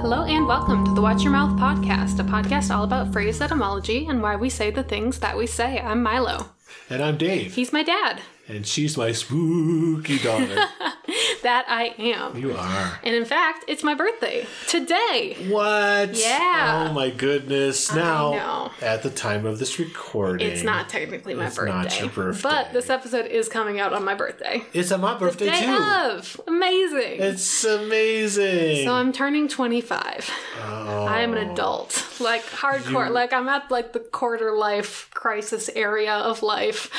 Hello and welcome to the Watch Your Mouth podcast, a podcast all about phrase etymology and why we say the things that we say. I'm Milo. And I'm Dave. He's my dad. And she's my spooky daughter. That I am. you are. And in fact, it's my birthday today. What? Yeah. Oh my goodness. know. Now, at the time of this recording, It's not technically my It's birthday, not your birthday. but this episode is coming out on my birthday. It's on my birthday Day too. of, amazing. It's amazing. so I'm turning 25. Oh. I am an adult, like hardcore. You- Like I'm at like the quarter life crisis area of life.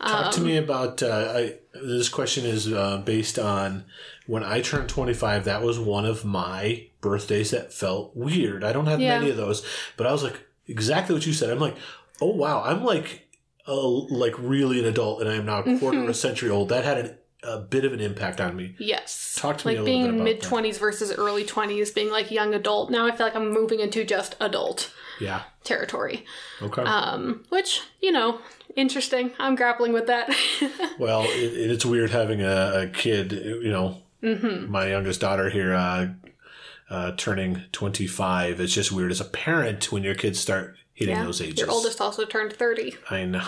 Talk to me about uh, I, this question is uh, based on when I turned 25. That was one of my birthdays that felt weird. I don't have Yeah. many of those, but I was like exactly what you said. I'm like, oh wow, I'm like a, like really an adult, and I am now a quarter of a century old. That had an, a bit of an impact on me. Yes. Talk to me like a little bit being about mid 20s versus early 20s, being like young adult. Now I feel like I'm moving into just adult Yeah. territory, Okay. um, which, you know, interesting. I'm grappling with that. well, it, it's weird having a, a kid. You know, hmm my youngest daughter here uh, uh, turning 25 it's just weird as a parent when your kids start hitting those ages Your oldest also turned 30. i know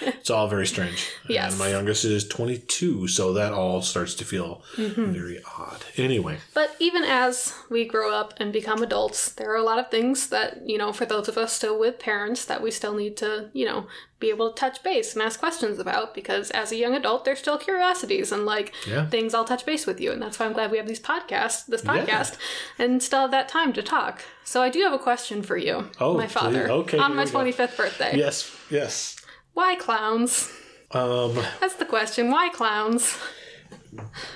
it's all very strange Yes. and my youngest is 22 so that all starts to feel Mm-hmm. very odd anyway But even as we grow up and become adults, there are a lot of things that, you know, for those of us still with parents, that we still need to, you know, be able to touch base and ask questions about because as a young adult, there's still curiosities and like Yeah. things I'll touch base with you. And that's why I'm glad we have these podcasts, this Yeah. podcast, and still have that time to talk. So I do have a question for you, Oh, my father, please. Okay, on here my we go. 25th birthday. yes yes Why clowns? um, That's the question. Why clowns?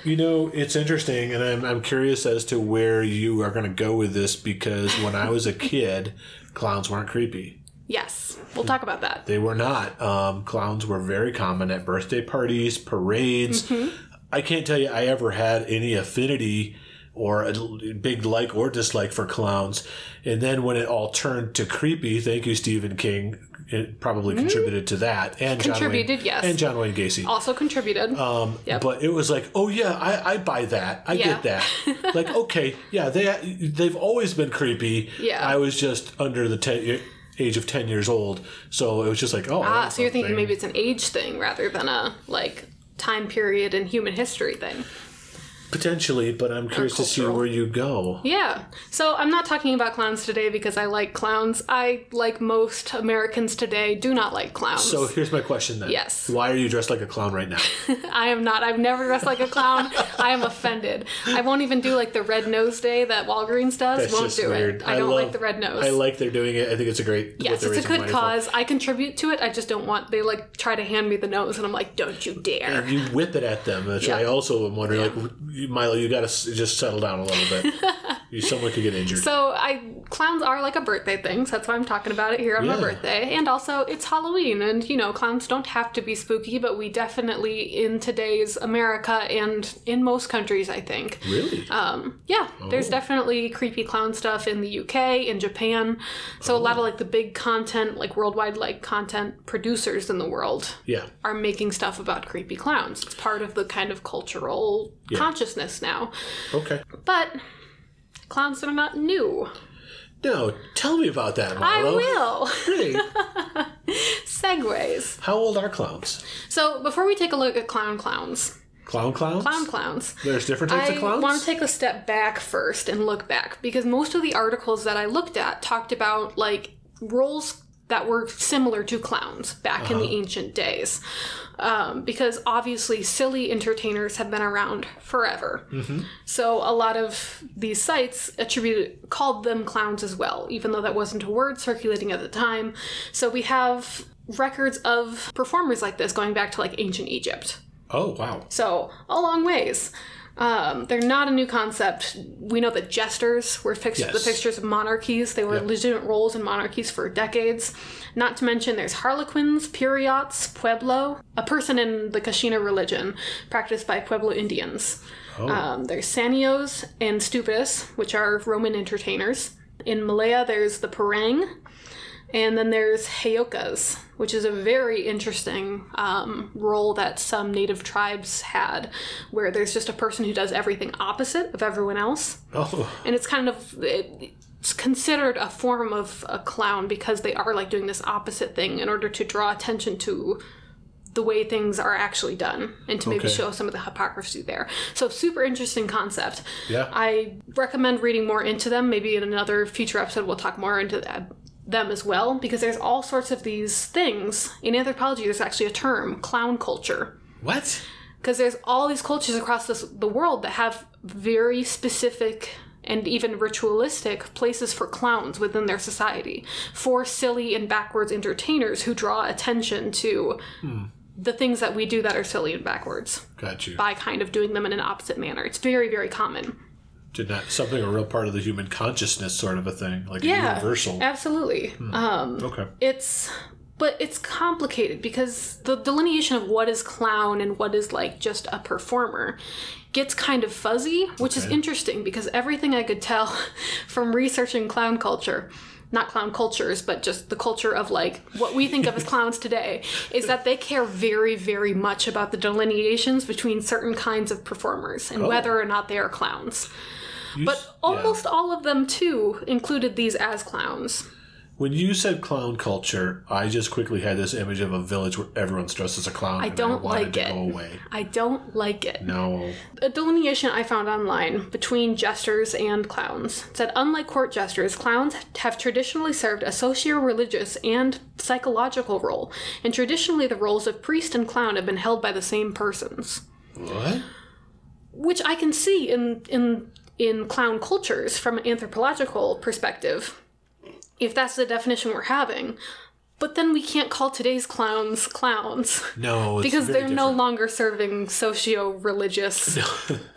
you know it's interesting and I'm, I'm curious as to where you are going to go with this because when i was a kid clowns weren't creepy Yes, we'll talk about that. They were not. Um, clowns were very common at birthday parties, parades. Mm-hmm. I can't tell you I ever had any affinity or a l- big like or dislike for clowns. And then when it all turned to creepy, thank you, Stephen King. It probably contributed to that, and John Mm-hmm. Contributed, Wayne, yes. and John Wayne Gacy. Also contributed. Um, Yep. But it was like, oh yeah, I, I buy that. I Yeah. get that. like, okay, yeah, they they've always been creepy. Yeah. I was just under the ten, age of ten years old, so it was just like, oh, Ah, that's so you're something. thinking maybe it's an age thing rather than a like time period in human history thing. potentially, but I'm curious to see cultural. where you go. Yeah. So I'm not talking about clowns today because I like clowns. I like most Americans today do not like clowns. So here's my question then. Yes. Why are you dressed like a clown right now? I am not. I've never dressed like a clown. I am offended. I won't even do like the red nose day that Walgreens does. That's won't just do weird. it. I don't like love- the red nose. I like they're doing it. I think it's a great. what Yes, they're it's raising a good money for. cause. I contribute to it. I just don't want they like try to hand me the nose and I'm like, "Don't you dare." And you whip it at them. That's Yeah. why I also am wondering, like, you- Milo, you got to just settle down a little bit. you, someone could get injured. So I clowns are like a birthday thing, so that's why I'm talking about it here on my Yeah. birthday. And also it's Halloween and you know, clowns don't have to be spooky, but we definitely in today's America and in most countries I think. really? Um, yeah, there's Oh. definitely creepy clown stuff in the UK, in Japan. So a lot of like the big content, like worldwide like content producers in the world yeah. are making stuff about creepy clowns. It's part of the kind of cultural Yeah. consciousness now. Okay. But clowns are not new. No, tell me about that, I Milo. will. Really? Segways. How old are clowns? So before we take a look at clown clowns, Clown clowns? clown clowns. There's different types of I clowns? want to take a step back first and look back because most of the articles that I looked at talked about like roles that were similar to clowns back in the ancient days. Um, because obviously, silly entertainers have been around forever. So a lot of these sites attributed called them clowns as well, even though that wasn't a word circulating at the time. So we have records of performers like this going back to like ancient Egypt. oh, wow. So, a long ways. Um, they're not a new concept. We know that jesters were fix- Yes. the fixtures of monarchies. They were legitimate roles in monarchies for decades. Not to mention, there's harlequins, puriots, pueblo, a person in the Kashina religion practiced by Pueblo Indians. Oh. Um, there's sanios and stupidus, which are Roman entertainers. In Malaya, there's the parang, and then there's Hayokas, which is a very interesting um, role that some native tribes had, where there's just a person who does everything opposite of everyone else. Oh, And it's kind of. It, it's considered a form of a clown because they are like doing this opposite thing in order to draw attention to the way things are actually done and to maybe Okay. show some of the hypocrisy there. So super interesting concept. yeah. I recommend reading more into them. Maybe in another future episode, we'll talk more into that, them as well, because there's all sorts of these things. In anthropology, there's actually a term, clown culture, what? because there's all these cultures across this, the world that have very specific and even ritualistic places for clowns within their society, for silly and backwards entertainers who draw attention to the things that we do that are silly and backwards Got you. by kind of doing them in an opposite manner. It's very, very common. Did not something a real part of the human consciousness, sort of a thing, like a universal. Hmm. Absolutely. Um, okay. it's but it's complicated because the delineation of what is clown and what is like just a performer gets kind of fuzzy, which is Okay. interesting because everything I could tell from researching clown culture not clown cultures, but just the culture of like what we think of as clowns today is that they care very, very much about the delineations between certain kinds of performers and whether or not they are clowns. You s- But Oh. yeah. almost all of them too included these as clowns. When you said clown culture, I just quickly had this image of a village where everyone's dressed as a clown. and don't wanted like to it. Go away. I don't like it. No. A delineation I found online between jesters and clowns said, unlike court jesters, clowns have traditionally served a socio religious and psychological role, and traditionally the roles of priest and clown have been held by the same persons. What? Which I can see in, in, in clown cultures from an anthropological perspective, if that's the definition we're having. But then we can't call today's clowns clowns. No. It's because very they're no longer serving socio-religious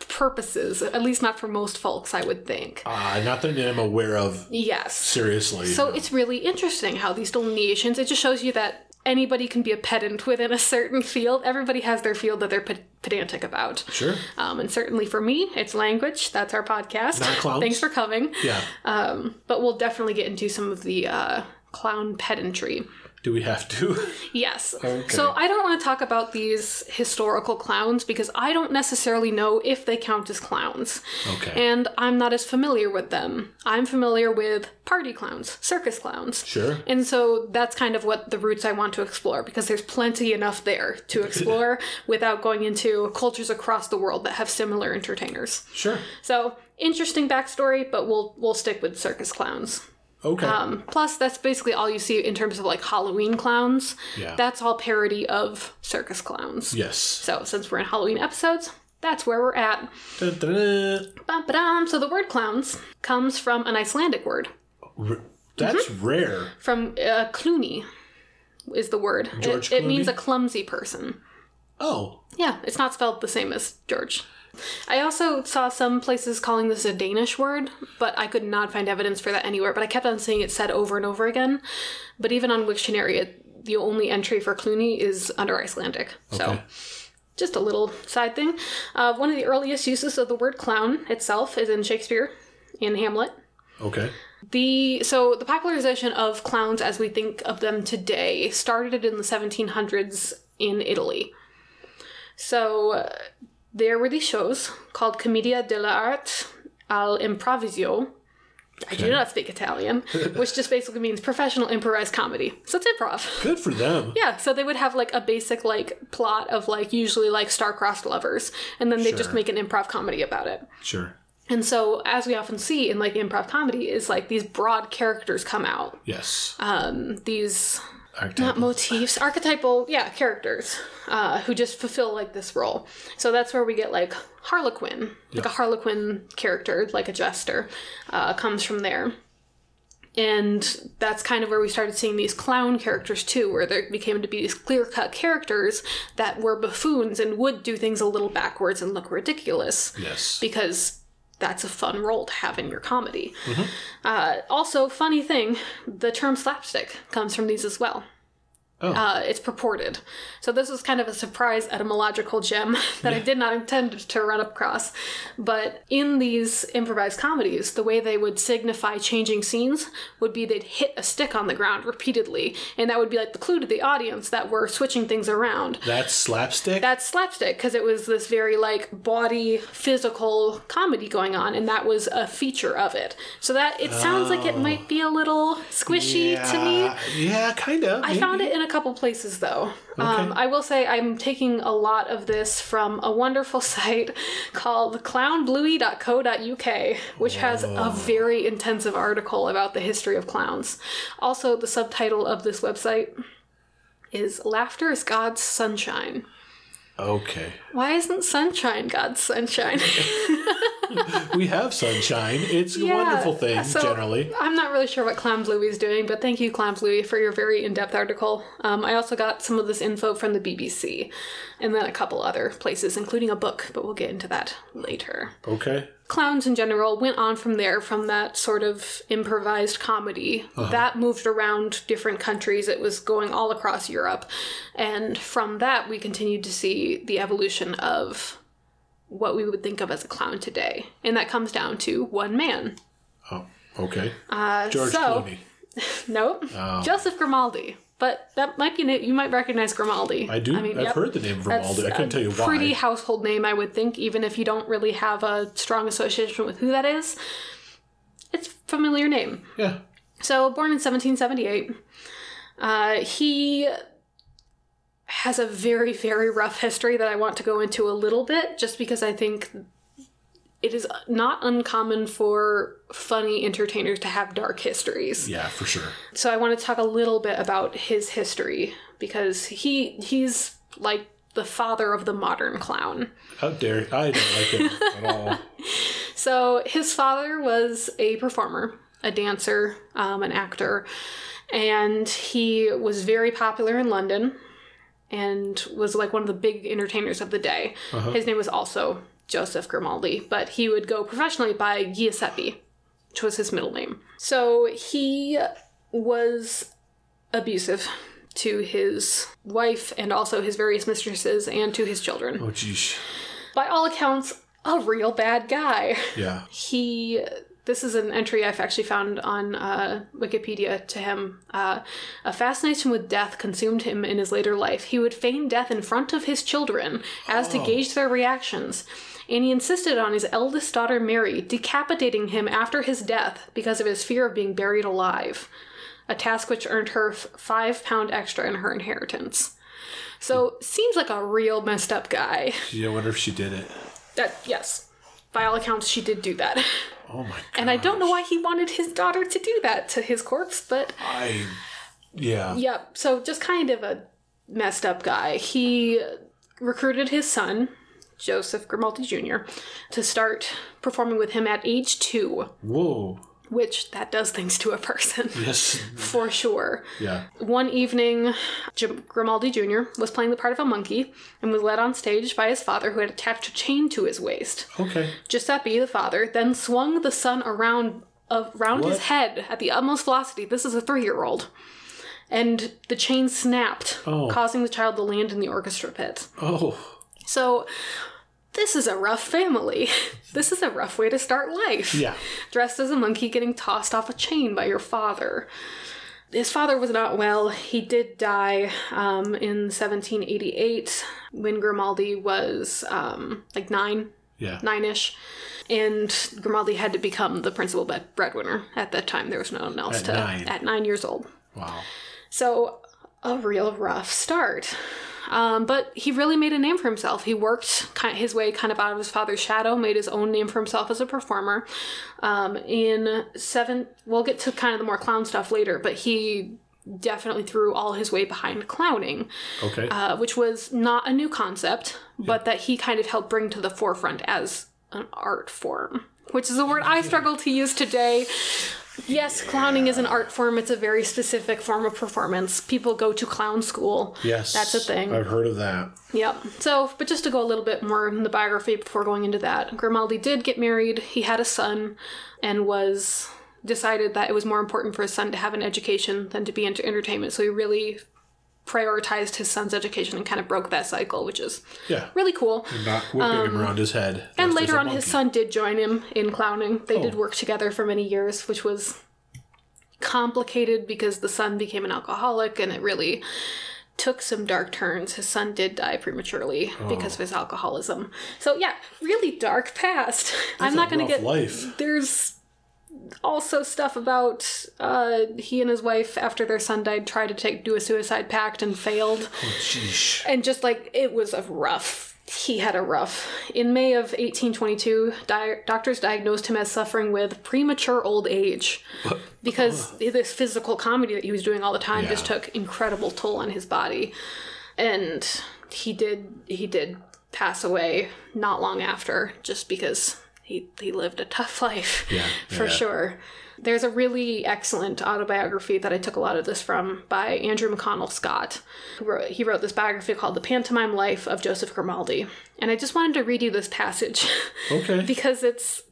purposes at least not for most folks i would think Uh, not that I'm aware of. yes Seriously. so it's really interesting how these delineations it just shows you that anybody can be a pedant within a certain field everybody has their field that they're ped- pedantic about sure. um, and certainly for me it's language that's our podcast Not clowns. thanks for coming Yeah. um, but we'll definitely get into some of the uh, clown pedantry Do we have to? Yes. Okay. So I don't want to talk about these historical clowns because I don't necessarily know if they count as clowns. okay. And I'm not as familiar with them. I'm familiar with party clowns, circus clowns. sure. And so that's kind of what the roots I want to explore because there's plenty enough there to explore without going into cultures across the world that have similar entertainers. Sure. So interesting backstory, but we'll we'll stick with circus clowns. Okay. Um, plus, that's basically all you see in terms of like Halloween clowns. Yeah. That's all parody of circus clowns. yes. So, since we're in Halloween episodes, that's where we're at. Dun, dun, dun. Ba-ba-dum. So, the word clowns comes from an Icelandic word, R- That's Mm-hmm. rare. from uh, Clooney is the word. It- George it, means Clooney? a clumsy person. Oh. Yeah, it's not spelled the same as George. I also saw some places calling this a Danish word, but I could not find evidence for that anywhere. But I kept on seeing it said over and over again. But even on Wiktionary, it, the only entry for Clooney is under Icelandic. So Okay. just a little side thing. Uh, one of the earliest uses of the word clown itself is in Shakespeare, in Hamlet. Okay. The so the popularization of clowns as we think of them today started in the 1700s in Italy. So uh, there were these shows called Commedia dell'arte al improvviso. I do Okay. not speak Italian, which just basically means professional improvised comedy. So it's improv. Good for them. Yeah, so they would have like a basic like plot of like usually like star-crossed lovers, and then they just Sure. make an improv comedy about it. Sure. And so, as we often see in like improv comedy, is like these broad characters come out. Yes. Um, these Archetypal. not Uh, motifs, archetypal, yeah, characters uh, who just fulfill like this role. So that's where we get like Harlequin, like a Harlequin character, like a jester, uh, comes from there. And that's kind of where we started seeing these clown characters too, where there became to be these clear cut characters that were buffoons and would do things a little backwards and look ridiculous Yes. because that's a fun role to have in your comedy. Uh, also, funny thing, the term slapstick comes from these as well. Oh. Uh, it's purported. So, this was kind of a surprise etymological gem that I did not intend to run across. But in these improvised comedies, the way they would signify changing scenes would be they'd hit a stick on the ground repeatedly, and that would be like the clue to the audience that we're switching things around That's slapstick. that's slapstick because it was this very like body physical comedy going on and that was a feature of it so that it sounds like it might be a little squishy to me Yeah, kind of. I found it in a couple places though. Um, I will say I'm taking a lot of this from a wonderful site called clownbluey.co.uk, which has a very intensive article about the history of clowns. Also, the subtitle of this website is Laughter is God's Sunshine. Okay. Why isn't sunshine God's sunshine? We have sunshine. It's a wonderful thing, so generally. I'm not really sure what Clams Louie is doing, but thank you, Clams Louie, for your very in depth article. Um, I also got some of this info from the BBC and then a couple other places, including a book, but we'll get into that later Okay. clowns in general went on from there from that sort of improvised comedy Uh-huh. that moved around different countries it was going all across europe and from that we continued to see the evolution of what we would think of as a clown today and that comes down to one man Oh, okay. George Uh, so- Clooney. nope Oh. joseph grimaldi but that might be you might recognize grimaldi I do. I have yep. heard the name That's Grimaldi. I a couldn't tell you why. Pretty household name, I would think, even if you don't really have a strong association with who that is. It's a familiar name. yeah. So, born in 1778, uh, he has a very, very rough history that I want to go into a little bit, just because I think it is not uncommon for funny entertainers to have dark histories. Yeah, for sure. So I want to talk a little bit about his history because he he's like the father of the modern clown. How dare I don't like it at all. So his father was a performer, a dancer, um, an actor, and he was very popular in London and was like one of the big entertainers of the day. His name was also Joseph Grimaldi, but he would go professionally by Giuseppe, which was his middle name. So he was abusive to his wife and also his various mistresses and to his children. Oh, jeez. By all accounts, a real bad guy Yeah. he this is an entry i've actually found on uh, wikipedia to him uh, a fascination with death consumed him in his later life he would feign death in front of his children as to gauge their reactions and he insisted on his eldest daughter mary decapitating him after his death because of his fear of being buried alive a task which earned her f- five pound extra in her inheritance so seems like a real messed up guy Gee, I wonder if she did it. that yes by all accounts she did do that Oh, my God. and I don't know why he wanted his daughter to do that to his corpse, but I. Yeah. yep. So just kind of a messed up guy. He recruited his son, Joseph Grimaldi Jr., to start performing with him at age two, Whoa. which that does things to a person Yes. for sure. Yeah. One evening, Jim Grimaldi Jr. was playing the part of a monkey and was led on stage by his father, who had attached a chain to his waist. Okay. Giuseppe, the father, then swung the son around around his What? head at the utmost velocity. This is a three-year-old, and the chain snapped, Oh. causing the child to land in the orchestra pit. Oh. So, this is a rough family. this is a rough way to start life. Yeah. Dressed as a monkey, getting tossed off a chain by your father. His father was not well. He did die um, in 1788 when Grimaldi was um, like nine Yeah. nine ish. And Grimaldi had to become the principal bed- breadwinner. At that time, there was no one else At to. nine. At nine years old. Wow. So, a real rough start. Um, but he really made a name for himself. He worked ki his way kind of out of his father's shadow, made his own name for himself as a performer. Um, in seven, we'll get to kind of the more clown stuff later, but he definitely threw all his weight behind clowning Okay. uh, which was not a new concept, but that he kind of helped bring to the forefront as an art form, which is a word I struggle to use today. yes, clowning is an art form. It's a very specific form of performance. People go to clown school. Yes. That's a thing. I've heard of that. Yep. So, but just to go a little bit more in the biography before going into that, Grimaldi did get married. He had a son and was decided that it was more important for his son to have an education than to be into entertainment. So he really prioritized his son's education and kind of broke that cycle, which is Yeah. really cool. Not whipping him around his head. just And as later a on, his monkey. son did join him in clowning. They did Oh. work together for many years, which was complicated because the son became an alcoholic and it really took some dark turns. His son did die prematurely Oh. because of his alcoholism. So, yeah, really dark past. I'm a not going to rough get. life. There's also stuff about uh, he and his wife, after their son died, tried to take do a suicide pact and failed Oh, Sheesh. and just like it was a rough he had a rough in may of 1822 di- doctors diagnosed him as suffering with premature old age because this physical comedy that he was doing all the time just Yeah. took incredible toll on his body and he did he did pass away not long after just because he, he lived a tough life Yeah, for yeah. sure there's a really excellent autobiography that i took a lot of this from by andrew mcconnell scott who wrote, he wrote this biography called the pantomime life of joseph grimaldi and i just wanted to read you this passage Okay. because it's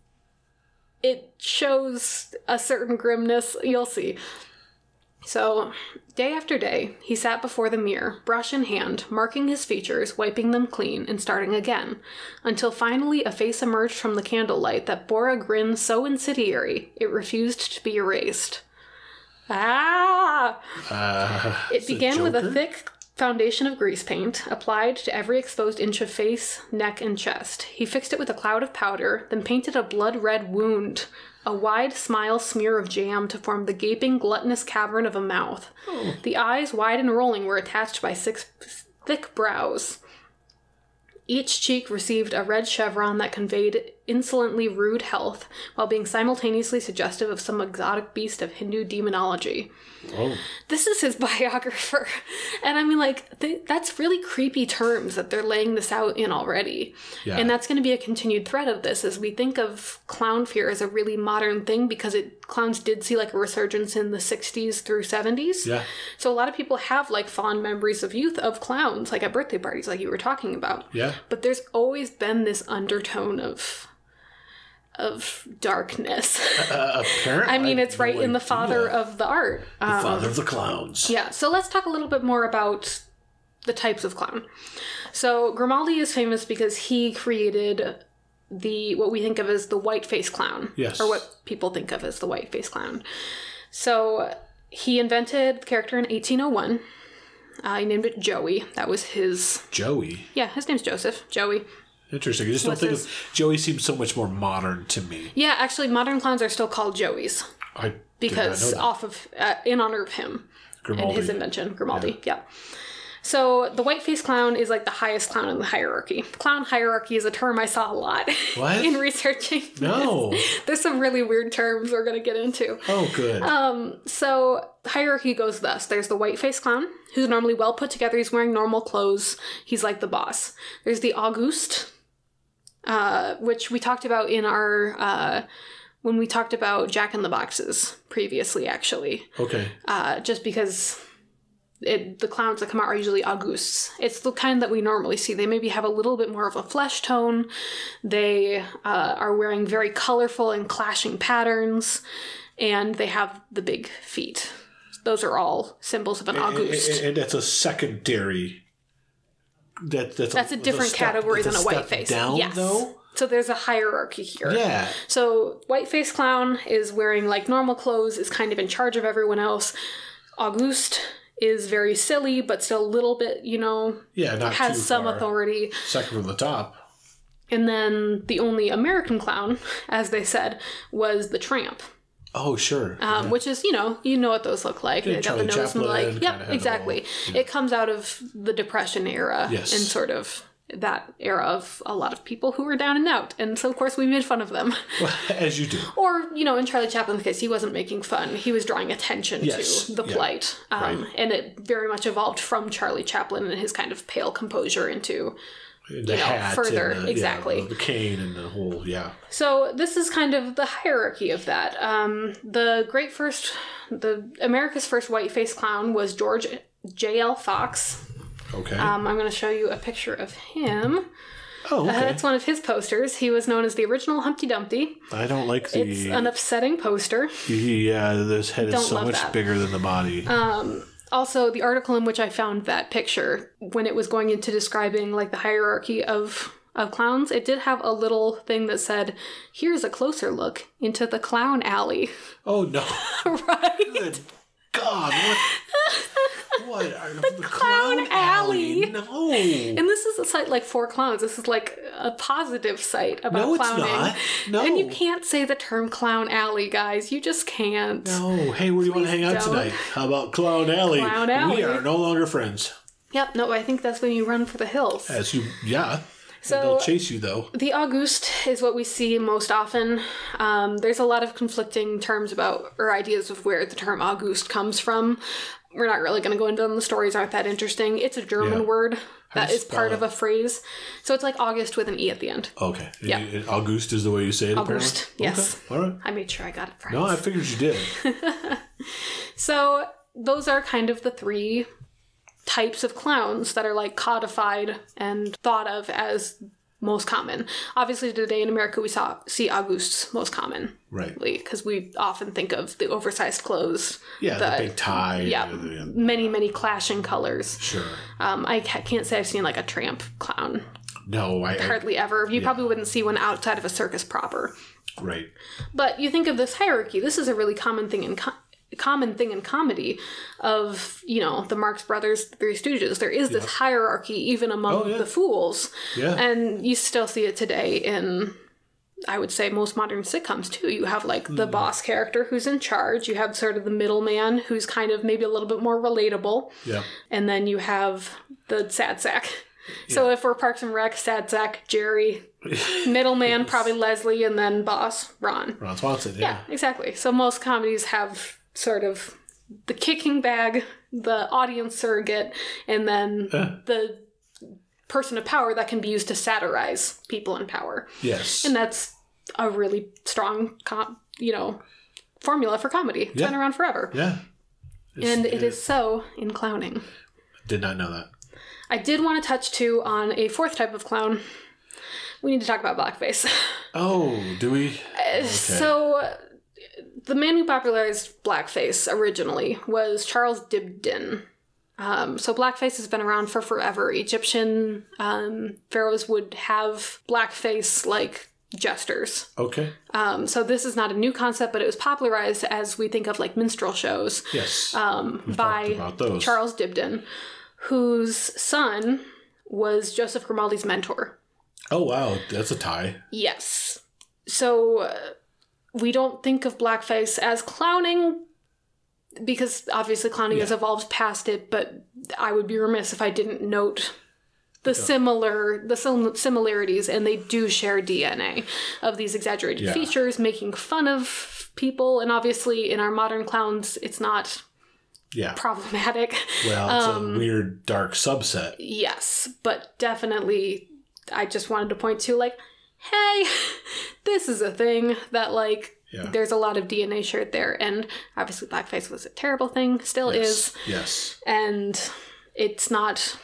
it shows a certain grimness you'll see so day after day he sat before the mirror brush in hand marking his features wiping them clean and starting again until finally a face emerged from the candlelight that bore a grin so incendiary it refused to be erased ah Uh, it the began with a Joker? thick foundation of grease paint applied to every exposed inch of face, neck, and chest. He fixed it with a cloud of powder, then painted a blood red wound, a wide smile smear of jam to form the gaping, gluttonous cavern of a mouth. The eyes, wide and rolling, were attached by six thick brows. Each cheek received a red chevron that conveyed insolently rude health, while being simultaneously suggestive of some exotic beast of Hindu demonology oh, this is his biographer. And I mean, like, th- that's really creepy terms that they're laying this out in already. Yeah. And that's going to be a continued thread of this as we think of clown fear as a really modern thing because it clowns did see like a resurgence in the 60s through 70s. yeah. So a lot of people have like fond memories of youth of clowns, like at birthday parties, like you were talking about. Yeah. But there's always been this undertone of of darkness. Uh, apparently. I mean, it's right in the father of. of the art. Um, Father of the clowns. yeah, so let's talk a little bit more about the types of clown. So Grimaldi is famous because he created the what we think of as the white face clown. Yes. Or what people think of as the white face clown. So he invented the character in 1801. Uh, he named it Joey. That was his. Joey. Yeah, his name's Joseph. Joey. Interesting. I just don't What's think his- of Joey seems so much more modern to me. Yeah, actually, modern clowns are still called Joeys I because did not know off of uh, in honor of him. that. Grimaldi. and his invention, Grimaldi. Yeah. So the white face clown is like the highest clown in the hierarchy. Clown hierarchy is a term I saw a lot What? in researching. no. There's some really weird terms we're gonna get into. Oh, good. Um, So hierarchy goes thus: there's the white face clown, who's normally well put together. He's wearing normal clothes. He's like the boss. There's the Auguste, uh, which we talked about in our uh, when we talked about Jack in the Boxes previously, actually okay. uh, just because it, the clowns that come out are usually augustes. It's the kind that we normally see. They maybe have a little bit more of a flesh tone. They uh, are wearing very colorful and clashing patterns, and they have the big feet. Those are all symbols of an And, auguste. and- and that's a secondary. That, that's, That's a different step- category it's than a, white step face. Down yes. though. So there's a hierarchy here. Yeah. So Whiteface Clown is wearing like normal clothes, is kind of in charge of everyone else. Auguste is very silly, but still a little bit, you know, Yeah. Not has too some far. authority. Second from the top. And then the only American clown, as they said, was the tramp. Oh, sure. Um, Which is, you know, you know what those look like. they got Charlie the nose Chaplin and the kinda leg. had Yep, the exactly. It comes out of the Depression era Yes. and sort of that era of a lot of people who were down and out. And so, of course, we made fun of them. As you do. Or, you know, in Charlie Chaplin's case, he wasn't making fun. He was drawing attention Yes, to the yeah, plight. Um, right. And it very much evolved from Charlie Chaplin and his kind of pale composure into The know, further, and the, yeah, exactly. the cane and the whole yeah. So this is kind of the hierarchy of that. Um, the great first, the America's first whiteface clown was George J.L. Fox. Okay. Um, I'm going to show you a picture of him. oh, Uh, okay. that's one of his posters. He was known as the original Humpty Dumpty. I don't like the It's an upsetting poster. yeah. This head Don't is so love much that. Um, bigger than the body. Also, the article in which I found that picture, when it was going into describing like the hierarchy of of clowns, it did have a little thing that said, "Here's a closer look into the clown alley." oh no! right? Good God! What? what are the, Clown Alley. No. And this is a site like for clowns. This is like a positive site about no, it's clowning. not. No. And you can't say the term clown alley, guys. You just can't. No. Hey, where do you want to hang out don't. tonight? How about Clown Alley? Clown We Alley. are no longer friends. Yep, no, I think that's when you run for the hills. As you, yeah. so They'll chase you though. the August is what we see most often. Um, there's a lot of conflicting terms about or ideas of where the term August comes from. We're not really going to go into them. The stories aren't that interesting. It's a German Yeah. word that do you is part spell of a phrase. So it's like August with an E at the end. Okay. Yeah. Y- August is the way you say it. August, Apparently? yes. Okay. All right. I made sure I got it right. No, I figured you did. So those are kind of the three types of clowns that are like codified and thought of as most common. Obviously, today in America, we saw see Augusts most commonly Right. because we often think of the oversized clothes. Yeah, the, The- big tie. yeah. the- Many, many clashing colors. Sure. Um, I ca- can't say I've seen like a tramp clown. No, I, I Hardly ever. You probably wouldn't see one outside of a circus proper. right. But you think of this hierarchy. This is a really common thing in co- common thing in comedy of you know the Marx Brothers, the Three Stooges. There is this hierarchy even among Oh, yeah. the fools, Yeah. and you still see it today in. I would say most modern sitcoms too. You have like Hmm. the boss character who's in charge. You have sort of the middleman who's kind of maybe a little bit more relatable, yeah. and then you have the sad sack. So if we're Parks and Rec, sad sack Jerry, middleman probably Leslie, and then boss Ron. Ron Swanson. Yeah, Yeah. exactly. So most comedies have sort of the kicking bag, the audience surrogate, and then the person of power that can be used to satirize people in power. Yes. And that's a really strong, com- you know, formula for comedy. It's been Yeah. around forever. yeah. And it is so in clowning. Did not know that. I did want to touch too on a fourth type of clown. We need to talk about blackface. Oh, do we? Uh, So, uh, the man who popularized blackface originally was Charles Dibdin. Um, so, blackface has been around for forever. Egyptian um, pharaohs would have blackface like gestures. Okay. Um, so, this is not a new concept, but it was popularized as we think of like minstrel shows Yes. um, Talked by about those. Charles Dibdin, whose son was Joseph Grimaldi's mentor. oh wow, that's a tie. Yes. So uh, we don't think of blackface as clowning because obviously clowning has Yeah. evolved past it, but I would be remiss if I didn't note the similar the sim- similarities and they do share DNA of these exaggerated Yeah. features making fun of people and obviously in our modern clowns it's not Yeah. problematic. Well, it's Um, a weird dark subset. Yes, but definitely I just wanted to point to like, hey, this is a thing that like Yeah. there's a lot of DNA shared there and obviously blackface was a terrible thing, still is, Yes. and it's not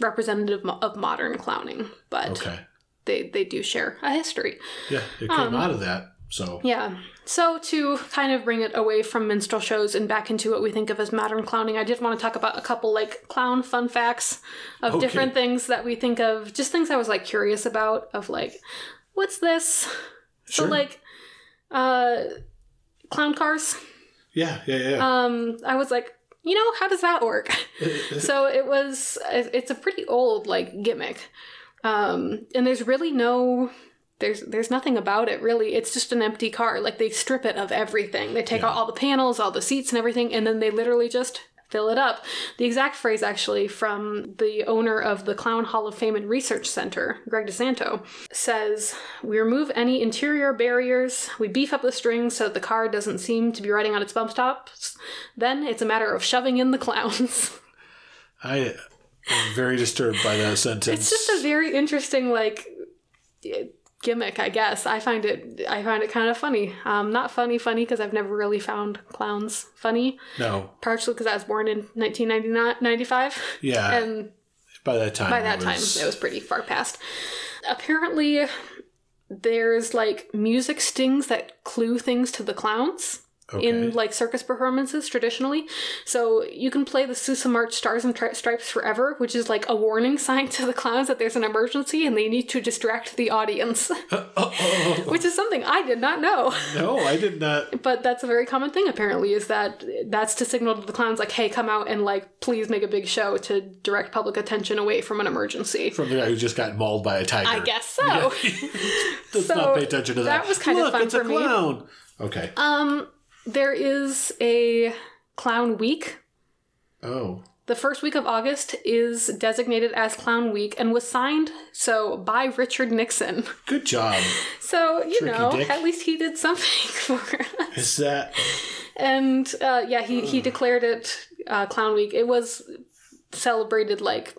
representative mo- of modern clowning, but Okay. they they do share a history. Yeah, it came Um, out of that. So Yeah. So to kind of bring it away from minstrel shows and back into what we think of as modern clowning, I did want to talk about a couple like clown fun facts of Okay. different things that we think of, just things I was like curious about of like what's this? So Sure. like uh clown cars. yeah, yeah, yeah. Um I was like, you know, how does that work? so it was it's a pretty old like gimmick. Um and there's really no there's there's nothing about it really. It's just an empty car. Like they strip it of everything. They take out all the panels, all the seats and everything, and then they literally just fill it up. The exact phrase actually from the owner of the Clown Hall of Fame and Research Center, Greg DeSanto, says, "We remove any interior barriers. We beef up the strings so that the car doesn't seem to be riding on its bump stops. Then it's a matter of shoving in the clowns." I I'm very disturbed by that sentence. It's just a very interesting like gimmick, I guess. I find it I find it kind of funny. Um, not funny, funny because I've never really found clowns funny. no. Partially because I was born in 1995, Yeah. and by that time. by that time it was pretty far past. Apparently, there's like music stings that clue things to the clowns. okay. in like circus performances traditionally. So you can play the Sousa March Stars and Tri- Stripes Forever, which is like a warning sign to the clowns that there's an emergency and they need to distract the audience, Oh, oh, oh. which is something I did not know. No, I did not. But that's a very common thing apparently is that that's to signal to the clowns like, "Hey, come out and like please make a big show to direct public attention away from an emergency." From the guy who just got mauled by a tiger. I guess so. Let's So, not pay attention to that. that was kind of Look, fun it's for a me. clown. Okay. Um there is a clown week Oh. The first week of August is designated as Clown Week and was signed so by Richard Nixon. Good job. So you Tricky know, dick. at least he did something for us. Is that And uh, yeah, he he declared it uh, Clown Week. It was celebrated like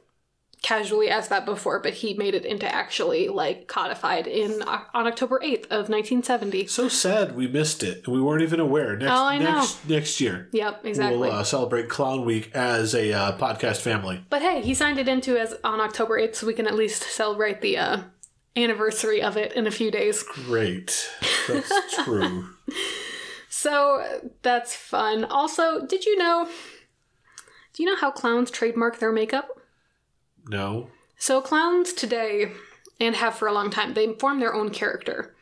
casually as that before, but he made it into actually like codified in on October eighth of nineteen seventy. so sad? We missed it. We weren't even aware. Next, Oh, I know. next, next year, Yep, exactly. we'll uh, celebrate Clown Week as a uh, podcast family. But hey, he signed it into as on October eighth, so we can at least celebrate the uh, anniversary of it in a few days. Great. That's true. So that's fun. Also, did you know? Do you know how clowns trademark their makeup? No. So clowns today, and have for a long time, they form their own character.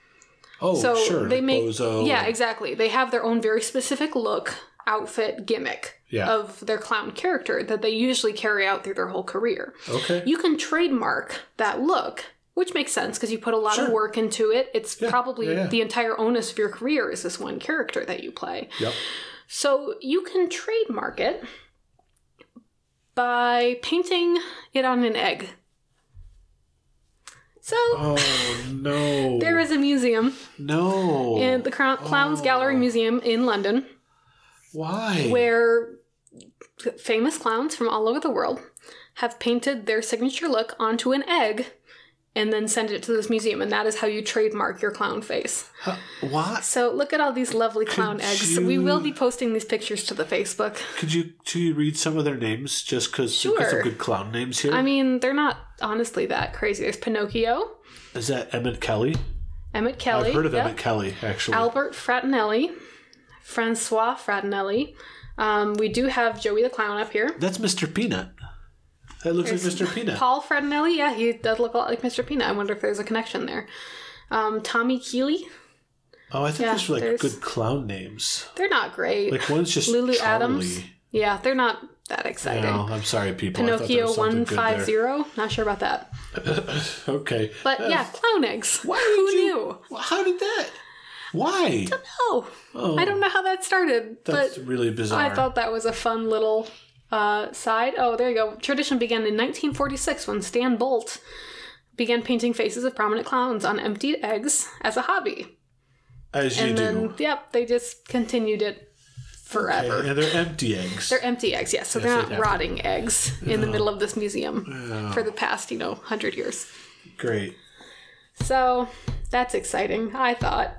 Oh, So sure. they like make Bozo. yeah, exactly. They have their own very specific look, outfit, gimmick Yeah. of their clown character that they usually carry out through their whole career. okay. You can trademark that look, which makes sense because you put a lot of Sure. work into it. It's probably yeah, yeah. the entire onus of your career is this one character that you play. yep. So you can trademark it by painting it on an egg. So Oh no. there is a museum no. in the Crown- Clowns Gallery Museum in London Why? where famous clowns from all over the world have painted their signature look onto an egg and then send it to this museum and that is how you trademark your clown face. Huh, What? So look at all these lovely clown Could eggs. We will you- be posting these pictures to the Facebook. Could you could you read some of their names just because got some Sure. good clown names here? Is I mean, they're not honestly that crazy. There's Pinocchio, that Emmett Kelly? Emmett Kelly, I've heard of yep, Emmett Kelly actually. Albert Fratinelli, Francois Fratinelli. Um, we do have Joey the Clown up here. That's Mr. Peanut. That looks There's like Mr. Peanut. Paul Fratinelli, yeah, he does look a lot like Mr. Peanut. I wonder if there's a connection there. Um, Tommy Keeley, oh, I think yeah, those are like there's- good clown names. they're not great. Like one's just Lulu Charlie. Adams, yeah, they're not that exciting. No, I'm sorry, people. I thought there Pinocchio was something one good five there. zero, not sure about that. Okay. But yeah, clown eggs. Why Who did you- knew? Well, How did that? Why? Oh, Oh, I don't know how that started, but That's really bizarre. I thought that was a fun little uh, side. Oh, there you go. Tradition began in 1946 when Stan Bolt began painting faces of prominent clowns on emptied eggs as a hobby. As you And do. then, yep, they just continued it forever. And they're empty eggs. They're empty eggs, yes. So Yes, they're they not have- rotting eggs in the middle of this museum for the past, you know, 100 years. Great. So that's exciting, I thought.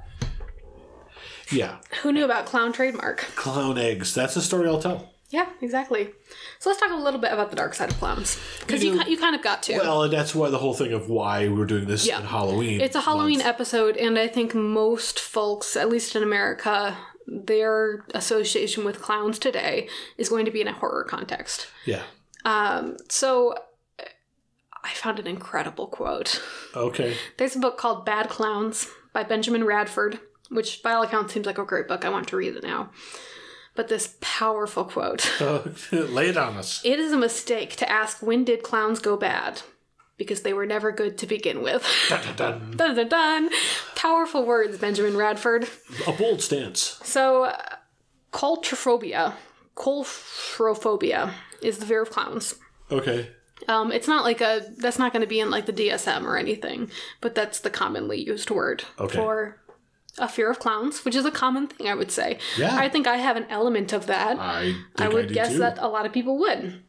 Yeah. Who knew about clown trademark? Clown eggs. That's a story I'll tell. Yeah, exactly. So let's talk a little bit about the dark side of clowns. Because You you, know- ki- you kind of got to. Well, and that's why the whole thing of why we're doing this Yeah. on Halloween. It's a Halloween episode, and I think most folks, at least in America, their association with clowns today is going to be in a horror context. Yeah. Um, so I found an incredible quote. Okay. There's a book called Bad Clowns by Benjamin Radford, which by all accounts seems like a great book. I want to read it now. But this powerful quote. Uh, lay it on us. It is a mistake to ask when did clowns go bad, because they were never good to begin with. Dun, dun, dun. dun, dun, dun. Powerful words, Benjamin Radford. A bold stance. So, uh, coltrophobia, coltrophobia is the fear of clowns. Okay. Um, it's not like a that's not going to be in like the DSM or anything, but that's the commonly used word Okay. for a fear of clowns, which is a common thing I would say. Yeah. I think I have an element of that. I think I would do guess too. that a lot of people would.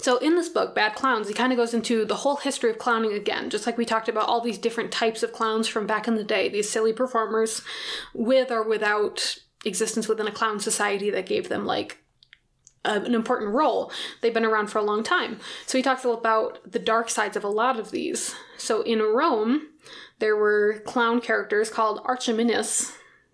So in this book, Bad Clowns, he kind of goes into the whole history of clowning again, just like we talked about all these different types of clowns from back in the day, these silly performers with or without existence within a clown society that gave them like a- an important role. They've been around for a long time. So he talks about the dark sides of a lot of these. So in Rome, there were clown characters called Archimenes.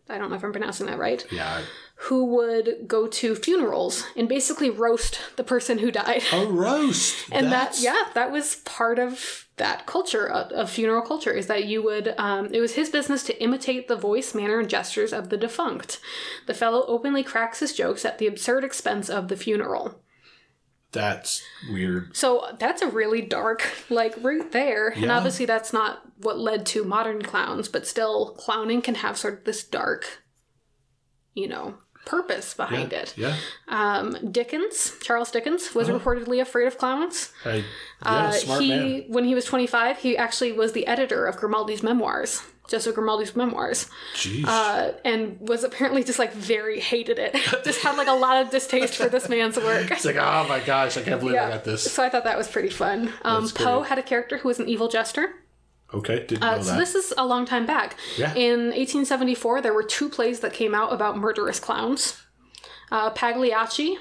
I don't know if I'm pronouncing that right Yeah. who would go to funerals and basically roast the person who died. A roast. And That's- that, yeah, that was part of that culture of, of funeral culture is that you would, um, it was his business to imitate the voice, manner, and gestures of the defunct. The fellow openly cracks his jokes at the absurd expense of the funeral. That's weird. So that's a really dark, like, root there. And Yeah. obviously, that's not what led to modern clowns, but still, clowning can have sort of this dark, you know, purpose behind it. Yeah. Um, Dickens, Charles Dickens, was reportedly afraid of clowns. I, yeah, Uh, smart he, man. when he was 25, he actually was the editor of Grimaldi's memoirs, Joseph Grimaldi's memoirs, Jeez. uh, and was apparently just like very hated it. just had like a lot of distaste for this man's work. it's like, oh my gosh, I can't believe I got this. So I thought that was pretty fun. Um, That's Poe great. had a character who was an evil jester. Okay, didn't know Uh, So that. this is a long time back. Yeah. In 1874, there were two plays that came out about murderous clowns. Uh, Pagliacci,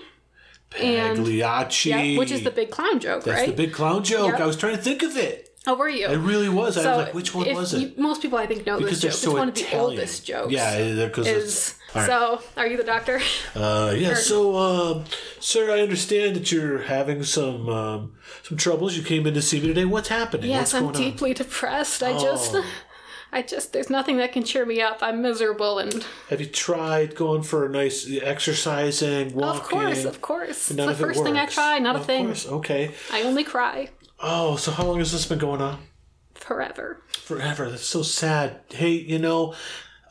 and- Pagliacci. yeah, which is the big clown joke, That's right? the big clown joke. Yep. I was trying to think of it. How were you? I really was. I So was like, which one if was it? you- most people, I think, know because this they're joke. so it's one Italian. of the oldest jokes. Yeah, because Is, All right. So, are you the doctor? Uh, yeah. So, um, sir, I understand that you're having some um, some troubles. You came in to see me today. What's happening? What's yes, I'm going on? deeply depressed. I just, Oh. I just, there's nothing that can cheer me up. I'm miserable, and Have you tried going for a nice exercising, walking? of course, of course, None it's of the it first thing I works. try. Not a Of thing. course, Okay. I only cry Oh, so how long has this been going on? forever. forever. That's so sad. Hey, you know,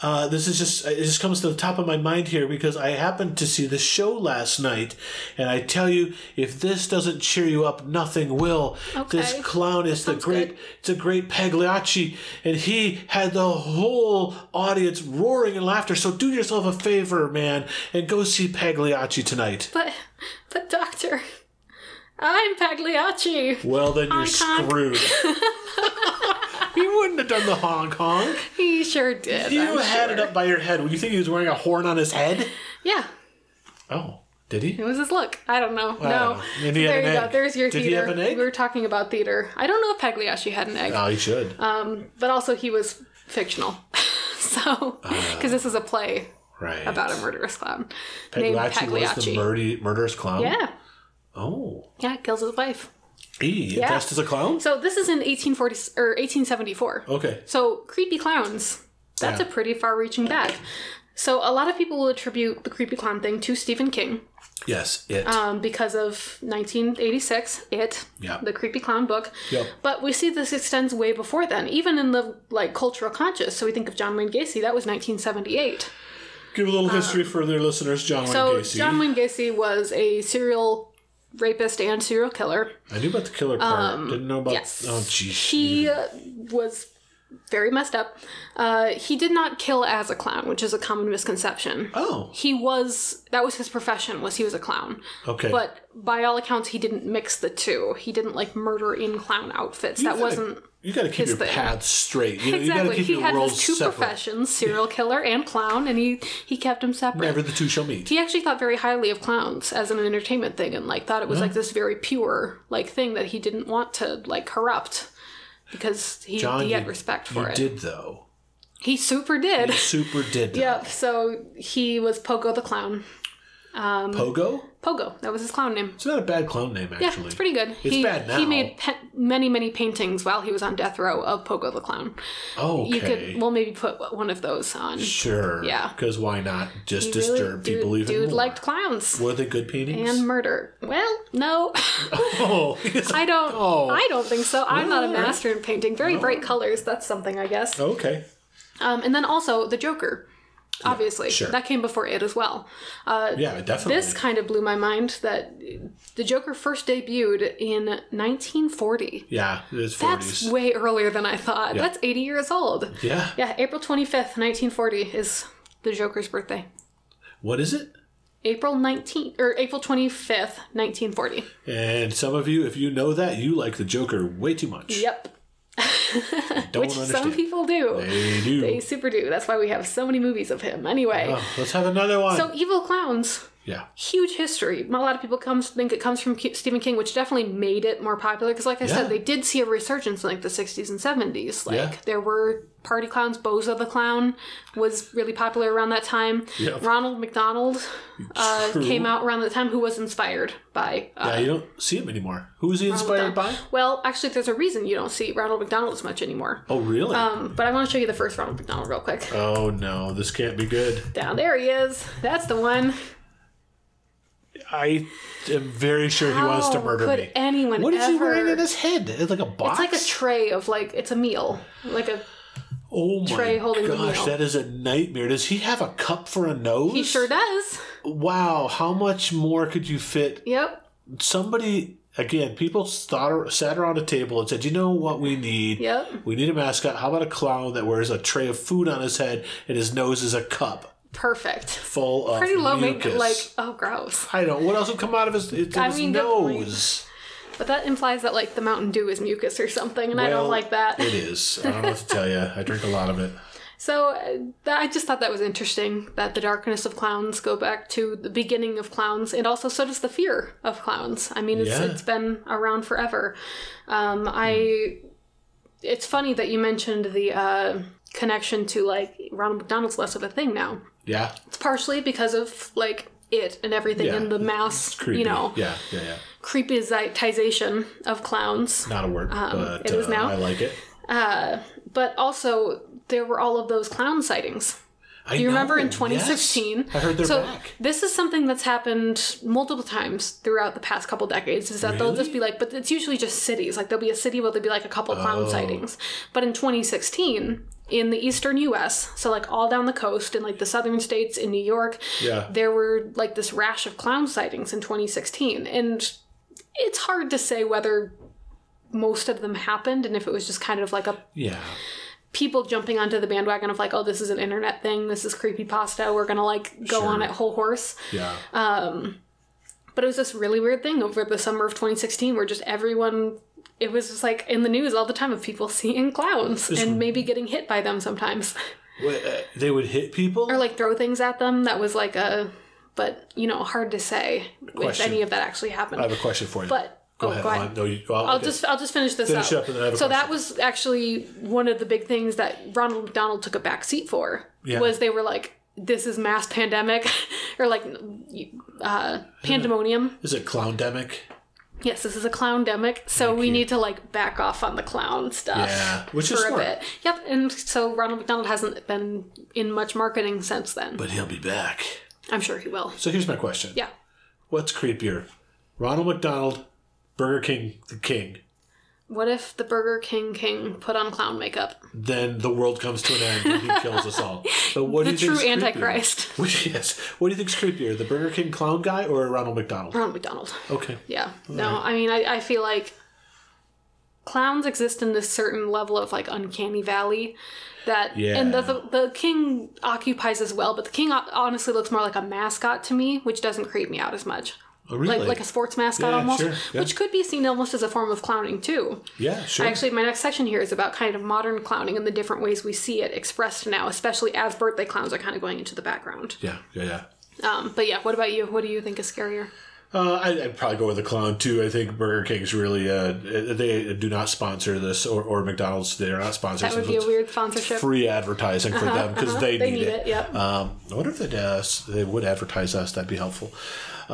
uh, this is just it just comes to the top of my mind here because I happened to see the show last night, and I tell you, if this doesn't cheer you up, nothing will. This Okay. clown is the Sounds great, good. it's a great Pagliacci, and he had the whole audience roaring in laughter. So do yourself a favor, man, and go see Pagliacci tonight. But, but doctor, I'm Pagliacci. Well, then you're Honk, honk. screwed. he wouldn't have done the honk honk. He sure did. You I'm had it sure. up by your head. Would you think he was wearing a horn on his head? Yeah, Oh, did he? It was his look. I don't know. no. And he had there an you go. egg. There's your Did he theater. have an egg? We were talking about theater. I don't know if Pagliacci had an egg, Oh, he should. Uh, but also he was fictional. so, Uh. because this is a play right. about a murderous clown named Pagliacci was the Pagliacci. murdy, murderous clown. yeah. Oh. Yeah, kills his wife. E. Yeah. Dressed as a clown. So this is in 1840 or 1874. Okay. So creepy clowns. That's Oh. Yeah. a pretty far-reaching back. So a lot of people will attribute the creepy clown thing to Stephen King. Yes. It. um, because of 1986, it, Yeah. the creepy clown book. Yep. But we see this extends way before then, even in the like cultural conscious. So we think of John Wayne Gacy. That was 1978. Give a little history for their listeners. John Wayne uh, So Gacy. John Wayne Gacy was a serial rapist and serial killer. I knew about the killer part. Didn't know about. Um, yes. Oh, jeez. He uh, was very messed up. Uh, he did not kill as a clown, which is a common misconception. Oh. He was that was his profession was he was a clown. Okay. But by all accounts, he didn't mix the two. He didn't like murder in clown outfits. that gotta- wasn't you got to keep his your thing. paths straight. You, know, you got exactly. to keep He your had roles his two separate. professions: serial killer and clown, and he he kept them separate. Never the two shall meet. He actually thought very highly of clowns as an entertainment thing, and like thought it was like this very pure like thing that he didn't want to like corrupt because he, John, he had you- respect you for it. did though. He super did. Super did. though. yep. So he was Pogo the clown. Pogo. Pogo. That was his clown name. It's not a bad clown name actually. Yeah, it's pretty good. It's he, bad now. He made pe- many, many paintings while he was on death row of Pogo the Clown. Oh, okay. You could, we'll maybe put one of those on. Sure. Yeah. Because why not just Really, disturb dude, people even Dude more? liked clowns Were they good paintings? and murder. Well, no, oh, yes. I don't. Oh. I don't think so. I'm not a No. master in painting. Very bright colors. That's something, I guess. okay. Um, and then also the Joker. Obviously, sure. that came before it as well. Yeah, definitely. uh, This kind of blew my mind that the Joker first debuted in 1940. yeah, it's That's forties. way earlier than I thought. That's 80 years old. Yeah. Yeah, April 25th, 1940 is the Joker's birthday. What is it? April 19th or April 25th, 1940. And some of you, if you know that, you like the Joker way too much. Yep. Don't Which understand. some people do. they do. They super do. That's why we have so many movies of him. Anyway. Oh, let's have another one. So evil clowns, yeah. huge history. A lot of people comes think it comes from K- Stephen King, which definitely made it more popular. Because, like I Yeah. said, they did see a resurgence in like the '60s and '70s. Like Yeah. there were party clowns. Bozo the clown was really popular around that time. Yep. Ronald McDonald uh, True. came out around that time, who was inspired by. Uh, Yeah, you don't see him anymore. Who's he inspired by? Well, actually, there's a reason you don't see Ronald McDonald as much anymore. Oh, really? Um, but I want to show you the first Ronald McDonald real quick. oh, no. This can't be good. Down there he is. That's the one. I am very sure he wants to How murder could me. anyone What is he ever- wearing in his head? It's like a box? It's like a tray of like it's a meal, like a oh, my tray holding the gosh. meal. That is a nightmare. Does he have a cup for a nose? He sure does. Wow. How much more could you fit Yep. somebody again people thought, sat around a table and said you know what we need Yep. we need a mascot how about a clown that wears a tray of food on his head and his nose is a cup Perfect. full of Pretty low mucus. maintenance. Like, oh, gross. i don't what else would come out of his, it's in I his mean, good point. nose But that implies that like the Mountain Dew is mucus or something, and I Well, don't like that. it is i don't know what to tell you i drink a lot of it So uh, that, I just thought that was interesting that the darkness of clowns go back to the beginning of clowns, and also so does the fear of clowns. I mean, it's, Yeah. Hmm. it's been around forever. Um, I. It's funny that you mentioned the uh, connection to like Ronald McDonald's less of a thing now. yeah It's partially because of like it and everything Yeah, and the mass, creepy you know, yeah yeah yeah creepization of clowns. not a word but Um, it is uh, now. i like it But also, there were all of those clown sightings. I Do you know, remember in yes. 2016? i heard they're so back this is something that's happened multiple times throughout the past couple decades. Is that they'll just be like, but it's usually just cities. Like there'll be a city where there'll be like a couple clown Oh. sightings. But in 2016, in the eastern U.S., so like all down the coast in like the southern states in New York, yeah there were like this rash of clown sightings in 2016 and it's hard to say whether most of them happened and if it was just kind of like a yeah people jumping onto the bandwagon of like oh this is an internet thing this is creepy pasta we're gonna like go Sure. on it whole horse yeah Uh, but it was this really weird thing over the summer of 2016 where just everyone it was just like in the news all the time of people seeing clowns and maybe getting hit by them sometimes Wait, uh, they would hit people or like throw things at them that was like a but you know hard to say if Question. any of that actually happened i have a question for you But Go oh, ahead. go Lon. ahead. No, you, well, I'll okay. just I'll just finish this Finish up. up and then I have a so that was actually one of the big things that Ronald McDonald took a back seat for Yeah. was they were like this is mass pandemic or like uh, pandemonium. Is it clowndemic? Yes, this is a clown demic, so we need to like back off on the clown stuff. Yeah, which is For a smart. bit. Yep, and so Ronald McDonald hasn't been in much marketing since then. But he'll be back. I'm sure he will. So here's my question. Yeah. What's creepier? Ronald McDonald, Burger King the King. What if the Burger King King put on clown makeup? Then the world comes to an end and he kills us all. But what The do you true think Antichrist. Which yes. What do you think's creepier? The Burger King clown guy or Ronald McDonald? Ronald McDonald. Okay. Yeah. No, I mean, I, I feel like clowns exist in this certain level of like uncanny valley that Yeah. and the, the, the king occupies as well but the king o- honestly looks more like a mascot to me which doesn't creep me out as much Oh, really? like like a sports mascot Yeah, almost sure, yeah. which could be seen almost as a form of clowning too yeah, sure. actually my next section here is about kind of modern clowning and the different ways we see it expressed now especially as birthday clowns are kind of going into the background yeah, yeah, yeah. um, but yeah what about you what do you think is scarier Uh, I, I'd probably go with the clown too. I think Burger King's really uh, they do not sponsor this or, or McDonald's. They're not sponsoring. that would so be a it's- weird sponsorship free advertising for them because they, They need, need it. it, yep. Um, I wonder if they'd, uh, s- they would advertise us. That'd be helpful.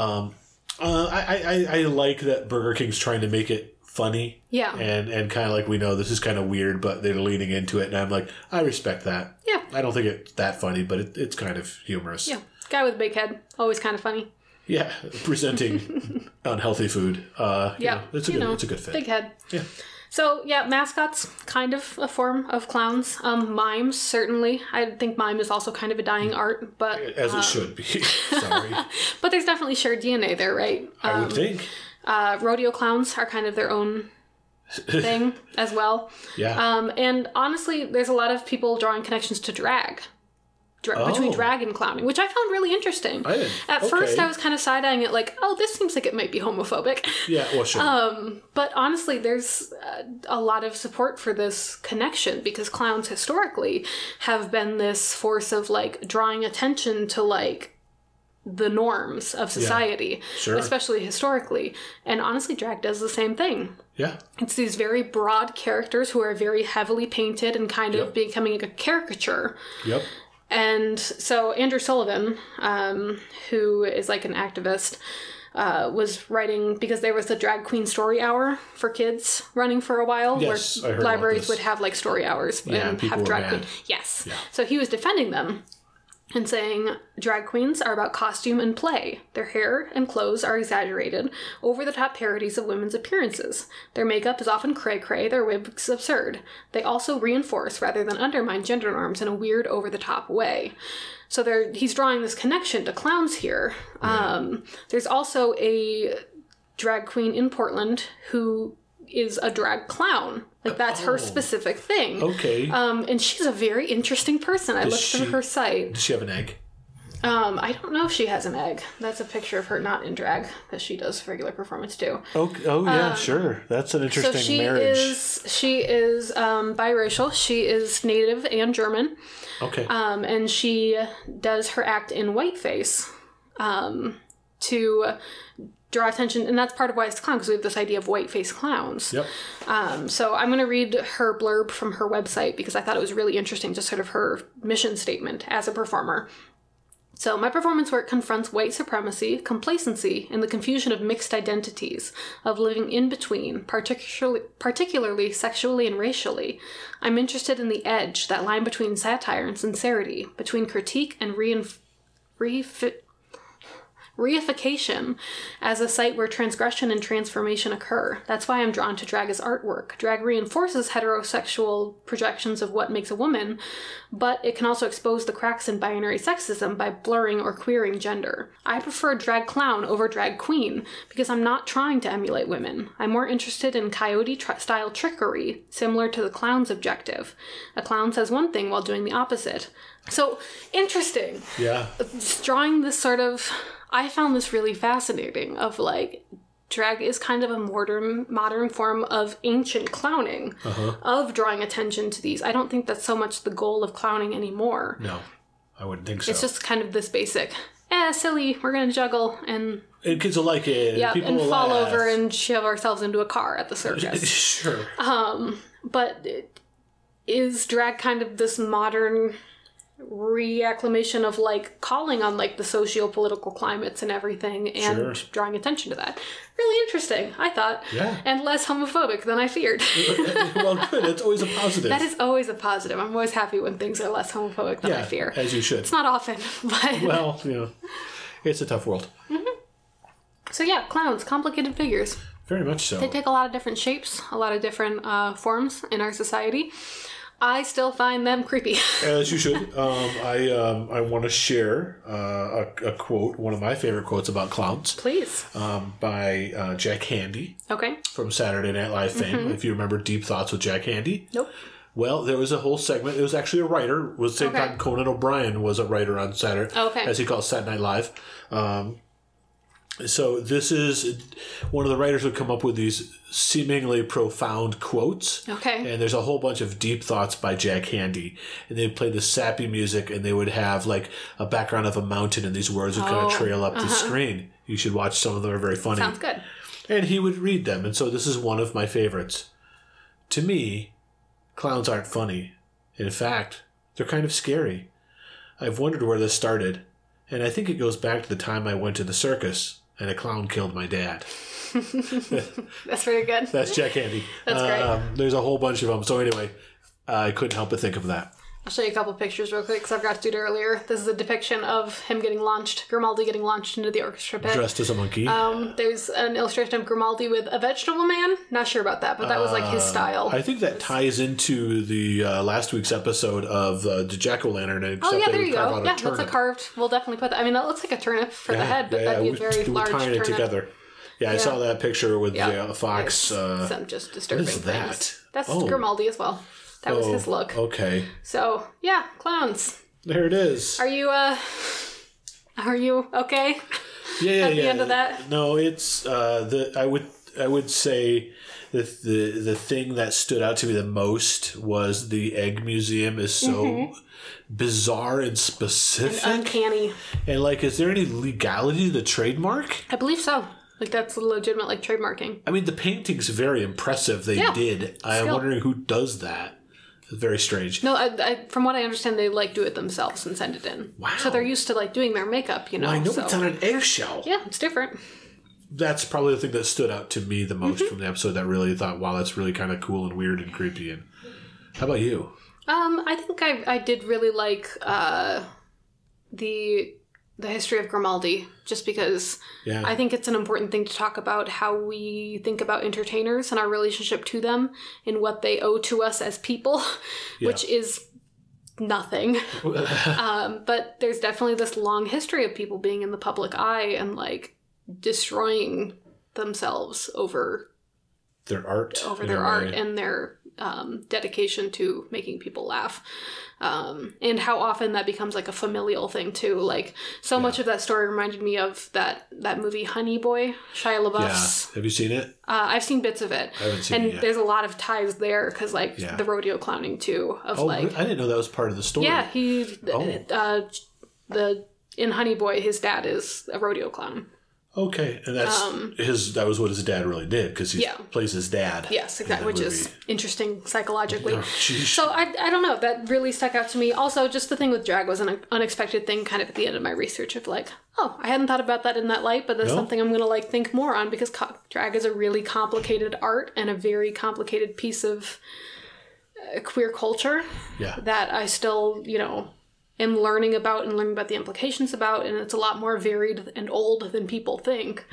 Um, uh, I, I- I, I like that Burger King's trying to make it funny. Yeah. And and kind of like we know this is kind of weird, but they're leaning into it, and I'm like, I respect that. Yeah. I don't think it's that funny, but it, it's kind of humorous. Yeah, guy with a big head, always kind of funny. Yeah. Presenting unhealthy food. Uh, you Yeah, know, it's a you good. know, it's a good fit. Big head. Yeah. So yeah, mascots kind of a form of clowns. Um, mimes certainly. I think mime is also kind of a dying art, but As it should be. Sorry. but there's definitely shared DNA there, right? I would think. Uh, rodeo clowns are kind of their own thing as well. Yeah. uh, Um, and honestly, there's a lot of people drawing connections to drag. dra- between Oh. dragon clowning, which I found really interesting. I didn't- At first, okay. I was kind of side eyeing it, like, oh, this seems like it might be homophobic. Yeah, well, sure. uh, But honestly, there's uh, a lot of support for this connection because clowns historically have been this force of like drawing attention to like the norms of society, Sure. especially historically. And honestly, drag does the same thing. yeah. It's these very broad characters who are very heavily painted and kind of Yep. becoming a caricature. Yep. And so Andrew Sullivan, um, who is like an activist, uh, was writing because there was the drag queen story hour for kids running for a while, Yes, I where heard about libraries this. would have like story hours Yeah, and people have were drag mad. queen. Yes. So he was defending them and saying drag queens are about costume and play. Their hair and clothes are exaggerated, over the top parodies of women's appearances. Their makeup is often cray cray, their wigs absurd. They also reinforce rather than undermine gender norms in a weird, over the top way. So there, he's drawing this connection to clowns here. Um, there's also a drag queen in Portland who is a drag clown. Like that's Oh. her specific thing. Okay. Um, and she's a very interesting person. I looked she- through her site. Does she have an egg? Um, I don't know if she has an egg. That's a picture of her not in drag that she does regular performance too. Oh, oh yeah, sure. That's an uh, So interesting she marriage. is she is um, biracial. She is native and German, okay. um, and she does her act in whiteface um, to draw attention. And that's part of why it's clown because we have this idea of whiteface clowns. yep. Um, So I'm going to read her blurb from her website because I thought it was really interesting, just sort of her mission statement as a performer. So, my performance work confronts white supremacy, complacency, and the confusion of mixed identities, of living in between, particularly, particularly sexually and racially. I'm interested in the edge, that line between satire and sincerity, between critique and reinf- refi- reification as a site where transgression and transformation occur. That's why I'm drawn to drag as artwork. Drag reinforces heterosexual projections of what makes a woman, but it can also expose the cracks in binary sexism by blurring or queering gender. I prefer drag clown over drag queen because I'm not trying to emulate women. I'm more interested in coyote tr- style trickery, similar to the clown's objective. A clown says one thing while doing the opposite. So, interesting Yeah. drawing this sort of I found this really fascinating of like drag is kind of a modern modern form of ancient clowning Uh-huh. of drawing attention to these. I don't think that's so much the goal of clowning anymore. No, I wouldn't think so. It's just kind of this basic, eh, silly, we're gonna juggle and And kids will like it. yep, People and will fall laugh. over and shove ourselves into a car at the circus. sure. but it- is drag kind of this modern reacclimation of like calling on like the socio-political climates and everything and Sure. drawing attention to that really interesting i thought Yeah. and less homophobic than i feared well, good. That's always a positive. that is always a positive i'm always happy when things are less homophobic than yeah, i fear as you should. it's not often but well, you know, it's a tough world. so yeah clowns complicated figures Very much so. They take a lot of different shapes, a lot of different uh, forms in our society. I still find them creepy. As you should. Um, I um, I want to share uh, a, a quote, one of my favorite quotes about clowns, Please. um, by uh, Jack Handy Okay. from Saturday Night Live fame. Mm-hmm. If you remember Deep Thoughts with Jack Handy. Nope. Well, there was a whole segment. It was actually a writer. It was the same Okay. time Conan O'Brien was a writer on Saturday, Okay. as he calls Saturday Night Live. Um, so this is one of the writers would come up with these seemingly profound quotes. Okay. And there's a whole bunch of deep thoughts by Jack Handy, and they would play the sappy music, and they would have like a background of a mountain, and these words would kind Oh, of trail up the screen. You should watch some of them; are very funny. Sounds good. And he would read them, and so this is one of my favorites. To me, clowns aren't funny. In fact, they're kind of scary. I've wondered where this started, and I think it goes back to the time I went to the circus and a clown killed my dad. That's pretty good. That's Jack Handy. That's great. Um, there's a whole bunch of them. So anyway, I couldn't help but think of that. I'll show you a couple pictures real quick because I forgot to do it earlier. This is a depiction of him getting launched, Grimaldi getting launched into the orchestra pit. Dressed as a monkey. Um, there's an illustration of Grimaldi with a vegetable man. Not sure about that, but that was like his style. Uh, I think that ties into the uh, last week's episode of uh, the Jack O' Lantern. oh yeah, there you go. Yeah, that's a carved. We'll definitely put that. I mean, that looks like a turnip for the head, but that'd be a very large tying turnip. it together. Yeah, I saw that picture with the Yeah. uh, fox. Uh, Some just disturbing is that? things. That's Oh. Grimaldi as well. That was his look. Okay. So yeah, clowns. There it is. Are you uh are you okay? yeah, yeah, at the yeah. end of that? No, it's uh, the I would I would say that the the thing that stood out to me the most was the egg museum is so Mm-hmm. bizarre and specific. And, Uncanny. like, is there any legality to the trademark? I believe so. Like that's legitimate like trademarking. I mean, the painting's very impressive. They Yeah. did. I'm Skill. wondering who does that. It's very strange. No, I, I, from what I understand, they like do it themselves and send it in. Wow. So they're used to like doing their makeup, you know. I know so- it's on an eggshell. yeah, it's different. That's probably the thing that stood out to me the Mm-hmm. most from the episode. That really thought, wow, that's really kind of cool and weird and creepy. And how about you? Um, I think I I did really like uh, the the history of Grimaldi, just because Yeah. I think it's an important thing to talk about how we think about entertainers and our relationship to them and what they owe to us as people, which is nothing. um, but there's definitely this long history of people being in the public eye and like destroying themselves over their art over in their a art way. and their um, dedication to making people laugh um, and how often that becomes like a familial thing too like so much of that story reminded me of that that movie honey boy shia yeah labeouf's have you seen it uh, i've seen bits of it i haven't seen and it yet there's a lot of ties there because like Yeah. the rodeo clowning too of oh like i didn't know that was part of the story yeah he Oh. uh, the in honey boy his dad is a rodeo clown okay and that's Um, his that was what his dad really did because he Yeah. plays his dad yes exactly that which is movie. interesting psychologically Oh, sheesh. So I, I don't know. That really stuck out to me. Also, just the thing with drag was an unexpected thing, kind of at the end of my research of like, oh, I hadn't thought about that in that light, but that's No. something I'm gonna like think more on because co- drag is a really complicated art and a very complicated piece of uh, queer culture yeah that I still, you know, am learning about and learning about the implications about, and it's a lot more varied and old than people think.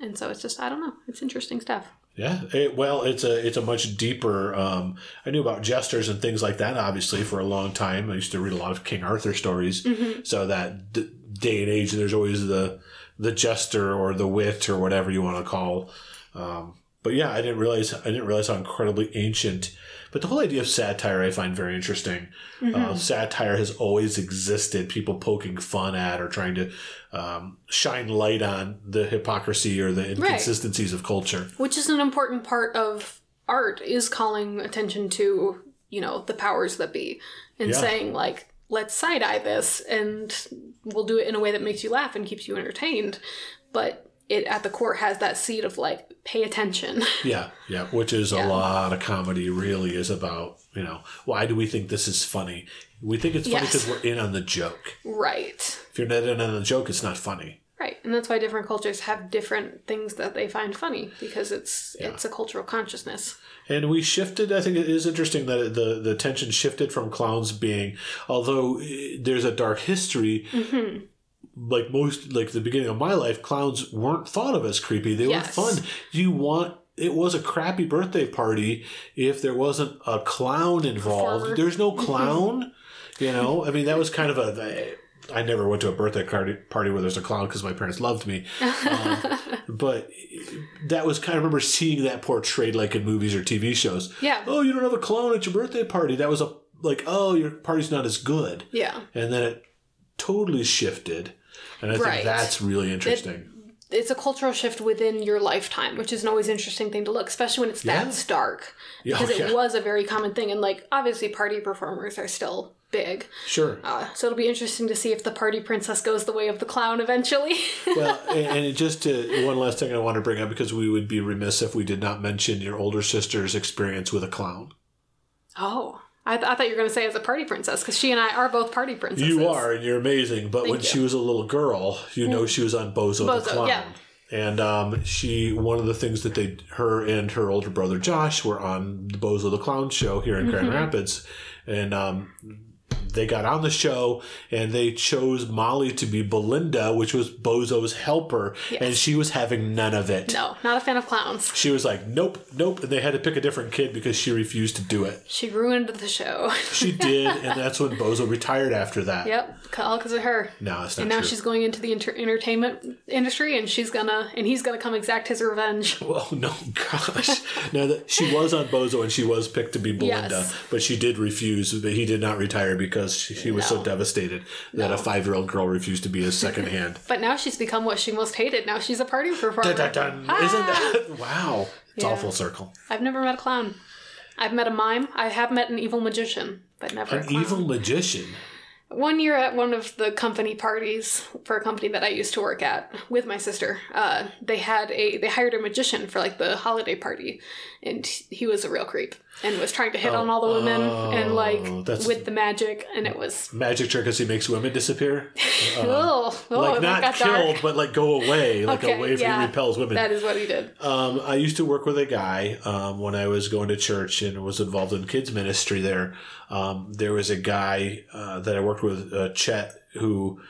And so it's just, I don't know, it's interesting stuff. yeah It- well it's a it's a much deeper um i knew about jesters and things like that obviously for a long time i used to read a lot of king arthur stories so that d- day and age there's always the the jester or the wit or whatever you want to call um but yeah i didn't realize i didn't realize how incredibly ancient but the whole idea of satire i find very interesting uh, satire has always existed people poking fun at or trying to um, shine light on the hypocrisy or the inconsistencies of culture which is an important part of art is calling attention to you know the powers that be and Yeah. saying like let's side eye this and we'll do it in a way that makes you laugh and keeps you entertained but it at the core has that seed of like pay attention Yeah, yeah, which is a lot of comedy really is about, you know, why do we think this is funny? We think it's funny Yes. because we're in on the joke. right If you're not in on the joke, it's not funny. right and that's why different cultures have different things that they find funny because it's it's a cultural consciousness And we shifted, I think it is interesting that the, the tension shifted from clowns being, although eh, there's a dark history, like most, like the beginning of my life, clowns weren't thought of as creepy. They Yes. were fun. You want, it was a crappy birthday party if there wasn't a clown involved. Performer. There's no clown. You know, I mean, that was kind of a. I never went to a birthday party party where there's a clown because my parents loved me. Um, but that was kind of I remember seeing that portrayed like in movies or TV shows. Yeah. Oh, you don't have a clown at your birthday party. That was a like, oh, your party's not as good. yeah And then it totally shifted. And I Right. think that's really interesting. it's a cultural shift within your lifetime, which is an always interesting thing to look, especially when it's that Yeah. stark. Yeah, Because yeah. it was a very common thing, and like obviously, party performers are still big. sure. Uh, so it'll be interesting to see if the party princess goes the way of the clown eventually. well, and, and it just to, one last thing I want to bring up because we would be remiss if we did not mention your older sister's experience with a clown. oh, I, th- I thought you were going to say as a party princess, because she and I are both party princesses. You are, and you're amazing. But when you. Mm. she was a little girl, you know she was on Bozo, Bozo, the Clown. yeah. And um, she, one of the things that they, her and her older brother Josh were on the Bozo the Clown show here in Mm-hmm. Grand Rapids, and um, they got on the show and they chose Molly to be Belinda, which was Bozo's helper, and she was having none of it. No, not a fan of clowns. She was like, nope, nope, and they had to pick a different kid because she refused to do it. She ruined the show. She did, and that's when Bozo retired after that. yep, c- all because of her. No, it's not And now true. she's going into the inter- entertainment industry, and she's gonna and he's gonna come exact his revenge. Oh no, gosh! now that she was on Bozo and she was picked to be Belinda, Yes. but she did refuse. But he did not retire because because she, she was so No. devastated that a five year old girl refused to be his second hand. But now she's become what she most hated. Now she's a party performer. Dun, dun, dun. Isn't that wow? It's all Ah. Yeah. full circle. I've never met a clown. I've met a mime. I have met an evil magician, but never a An clown. evil magician. One year at one of the company parties for a company that I used to work at with my sister, uh, they had a they hired a magician for like the holiday party, and he was a real creep and was trying to hit on all the women and oh, like that's- with the magic, and it was Magic trick is he makes women disappear. oh, oh Uh, like it not got killed, dark. but like go away. Like Okay, a wave yeah. he repels women. That is what he did. Um, I used to work with a guy um, when I was going to church and was involved in kids ministry there. Um, there was a guy uh, that I worked with, uh, Chet, who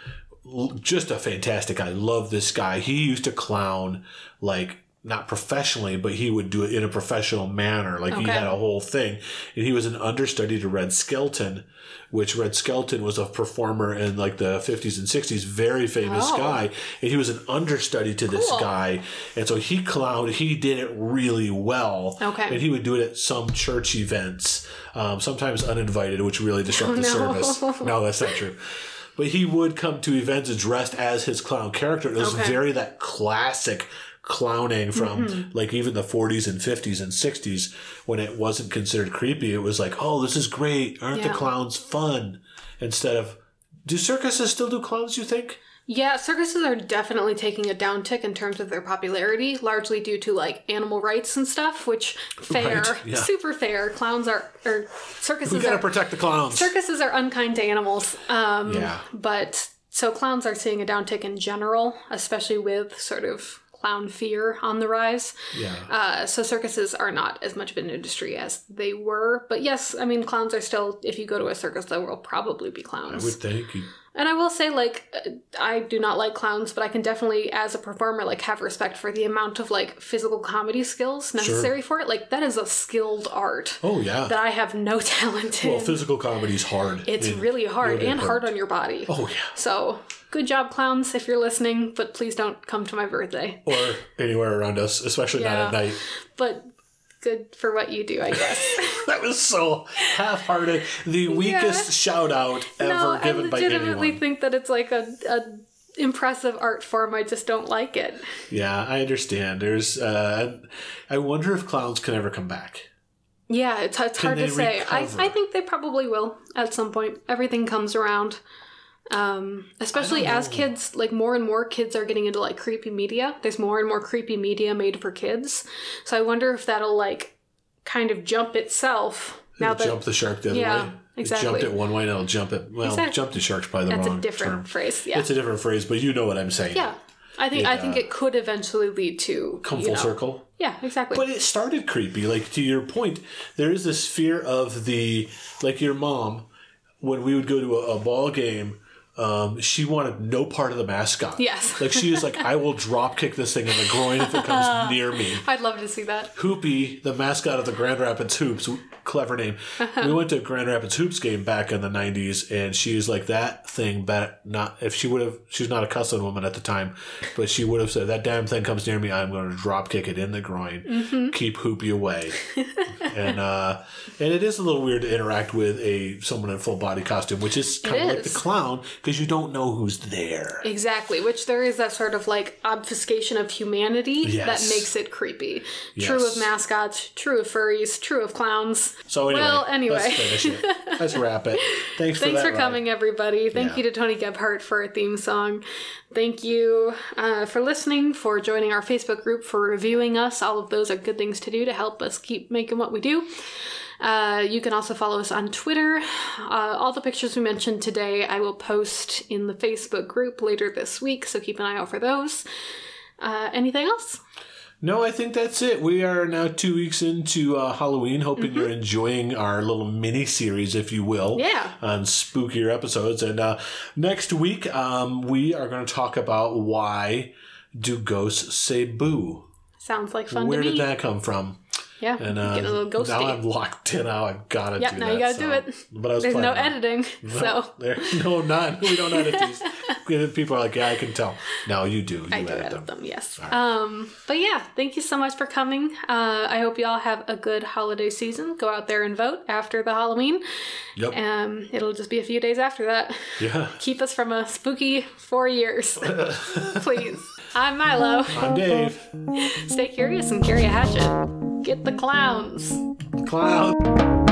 l- just a fantastic. I love this guy. He used to clown like not professionally, but he would do it in a professional manner. Like he Okay. had a whole thing, and he was an understudy to Red Skelton, which Red Skelton was a performer in like the fifties and sixties, very famous Oh. guy, and he was an understudy to this Cool. guy, and so he clowned. He did it really well, Okay. and he would do it at some church events, um, sometimes uninvited, which really disrupted the no. service. No, that's not true. But he would come to events dressed as his clown character. It was Okay. very that classic clowning from Mm-hmm. like even the 40s and 50s and 60s when it wasn't considered creepy. It was like, oh, this is great. Aren't the Yeah. clowns fun? Instead of, do circuses still do clowns, you think? Yeah, circuses are definitely taking a downtick in terms of their popularity, largely due to like animal rights and stuff, which fair, Right, yeah. super fair. Clowns are or We circuses gotta are protect the clowns. circuses are unkind to animals. Um Yeah. but so clowns are seeing a downtick in general, especially with sort of clown fear on the rise. yeah. Uh, so circuses are not as much of an industry as they were, but yes, I mean clowns are still. If you go to a circus, there will probably be clowns. I would think. you- And I will say, like, uh, I do not like clowns, but I can definitely, as a performer, like, have respect for the amount of, like, physical comedy skills necessary for it. Like, that is a skilled art Oh, yeah. that I have no talent in. well, physical comedy's hard. it's And- really hard really and hard hard. on your body. Oh, yeah. So, good job, clowns, if you're listening, but please don't come to my birthday. Or anywhere around us, especially not at Yeah. night. But good for what you do, I guess. That was so half-hearted. The weakest shout out ever no, I given by legitimately anyone. think that it's, like, a. a impressive art form i just don't like it Yeah, I understand. There's uh I wonder if clowns can ever come back. Yeah, it's, it's hard they to say. I, recover? I think they probably will at some point. Everything comes around. Um, especially as kids, like more and more kids are getting into like creepy media. There's more and more creepy media made for kids. So I wonder if that'll like kind of jump itself now It'll that jump the shark the other Yeah, way. exactly. It jumped it one way and it'll jump it well, Exactly. jump the shark's probably the that's wrong a different term. phrase. Yeah. It's a different phrase, but you know what I'm saying. yeah. I think I think it could eventually lead to Come you full know- circle. Yeah, exactly. But it started creepy. Like to your point, there is this fear of the like your mom when we would go to a, a ball game. Um, she wanted no part of the mascot. Yes. like she is like, I will drop kick this thing in the groin if it comes near me. I'd love to see that. Hoopy, the mascot of the Grand Rapids Hoops, clever name. We went to a Grand Rapids Hoops game back in the '90s, and she's like that thing. But not if she would have, she's not a cussing woman at the time, but she would have said that damn thing comes near me, I'm going to drop kick it in the groin, Mm-hmm. keep Hoopy away. and uh, and it is a little weird to interact with a someone in full body costume, which is kind of like the is. clown because you don't know who's there. Exactly, which there is that sort of like obfuscation of humanity that Yes. makes it creepy. True Yes. of mascots, true of furries, true of clowns. So anyway, Well, anyway. let's finish it. Let's wrap it. Thanks, for Thanks that for ride. coming, everybody. Thank Yeah. you to Tony Gebhardt for our theme song. Thank you uh, for listening, for joining our Facebook group, for reviewing us. All of those are good things to do to help us keep making what we do. Uh, you can also follow us on Twitter. Uh, all the pictures we mentioned today, I will post in the Facebook group later this week, so keep an eye out for those. Uh, anything else? No, I think that's it. We are now two weeks into uh, Halloween. Hoping you're enjoying our little mini series, if you will, Mm-hmm. Yeah. on spookier episodes. And uh, next week, um, we are going to talk about why do ghosts say boo? Sounds like fun Where to me. did that come from? Yeah. And uh, Getting a little ghosty. now I'm locked in. Now I gotta Yep, do now that. you gotta so- do it. But I was There's no planning on- editing, No, so there, no, none. We don't edit these. Because People are like, yeah, I can tell. No, you do. You I do edit, edit them. them. yes. All right. Um, but yeah, thank you so much for coming. Uh, I hope you all have a good holiday season. Go out there and vote after the Halloween. Yep. Um, it'll just be a few days after that. yeah. Keep us from a spooky four years, please. I'm Milo. I'm Dave. Stay curious and carry a hatchet. Get the clowns. Clown.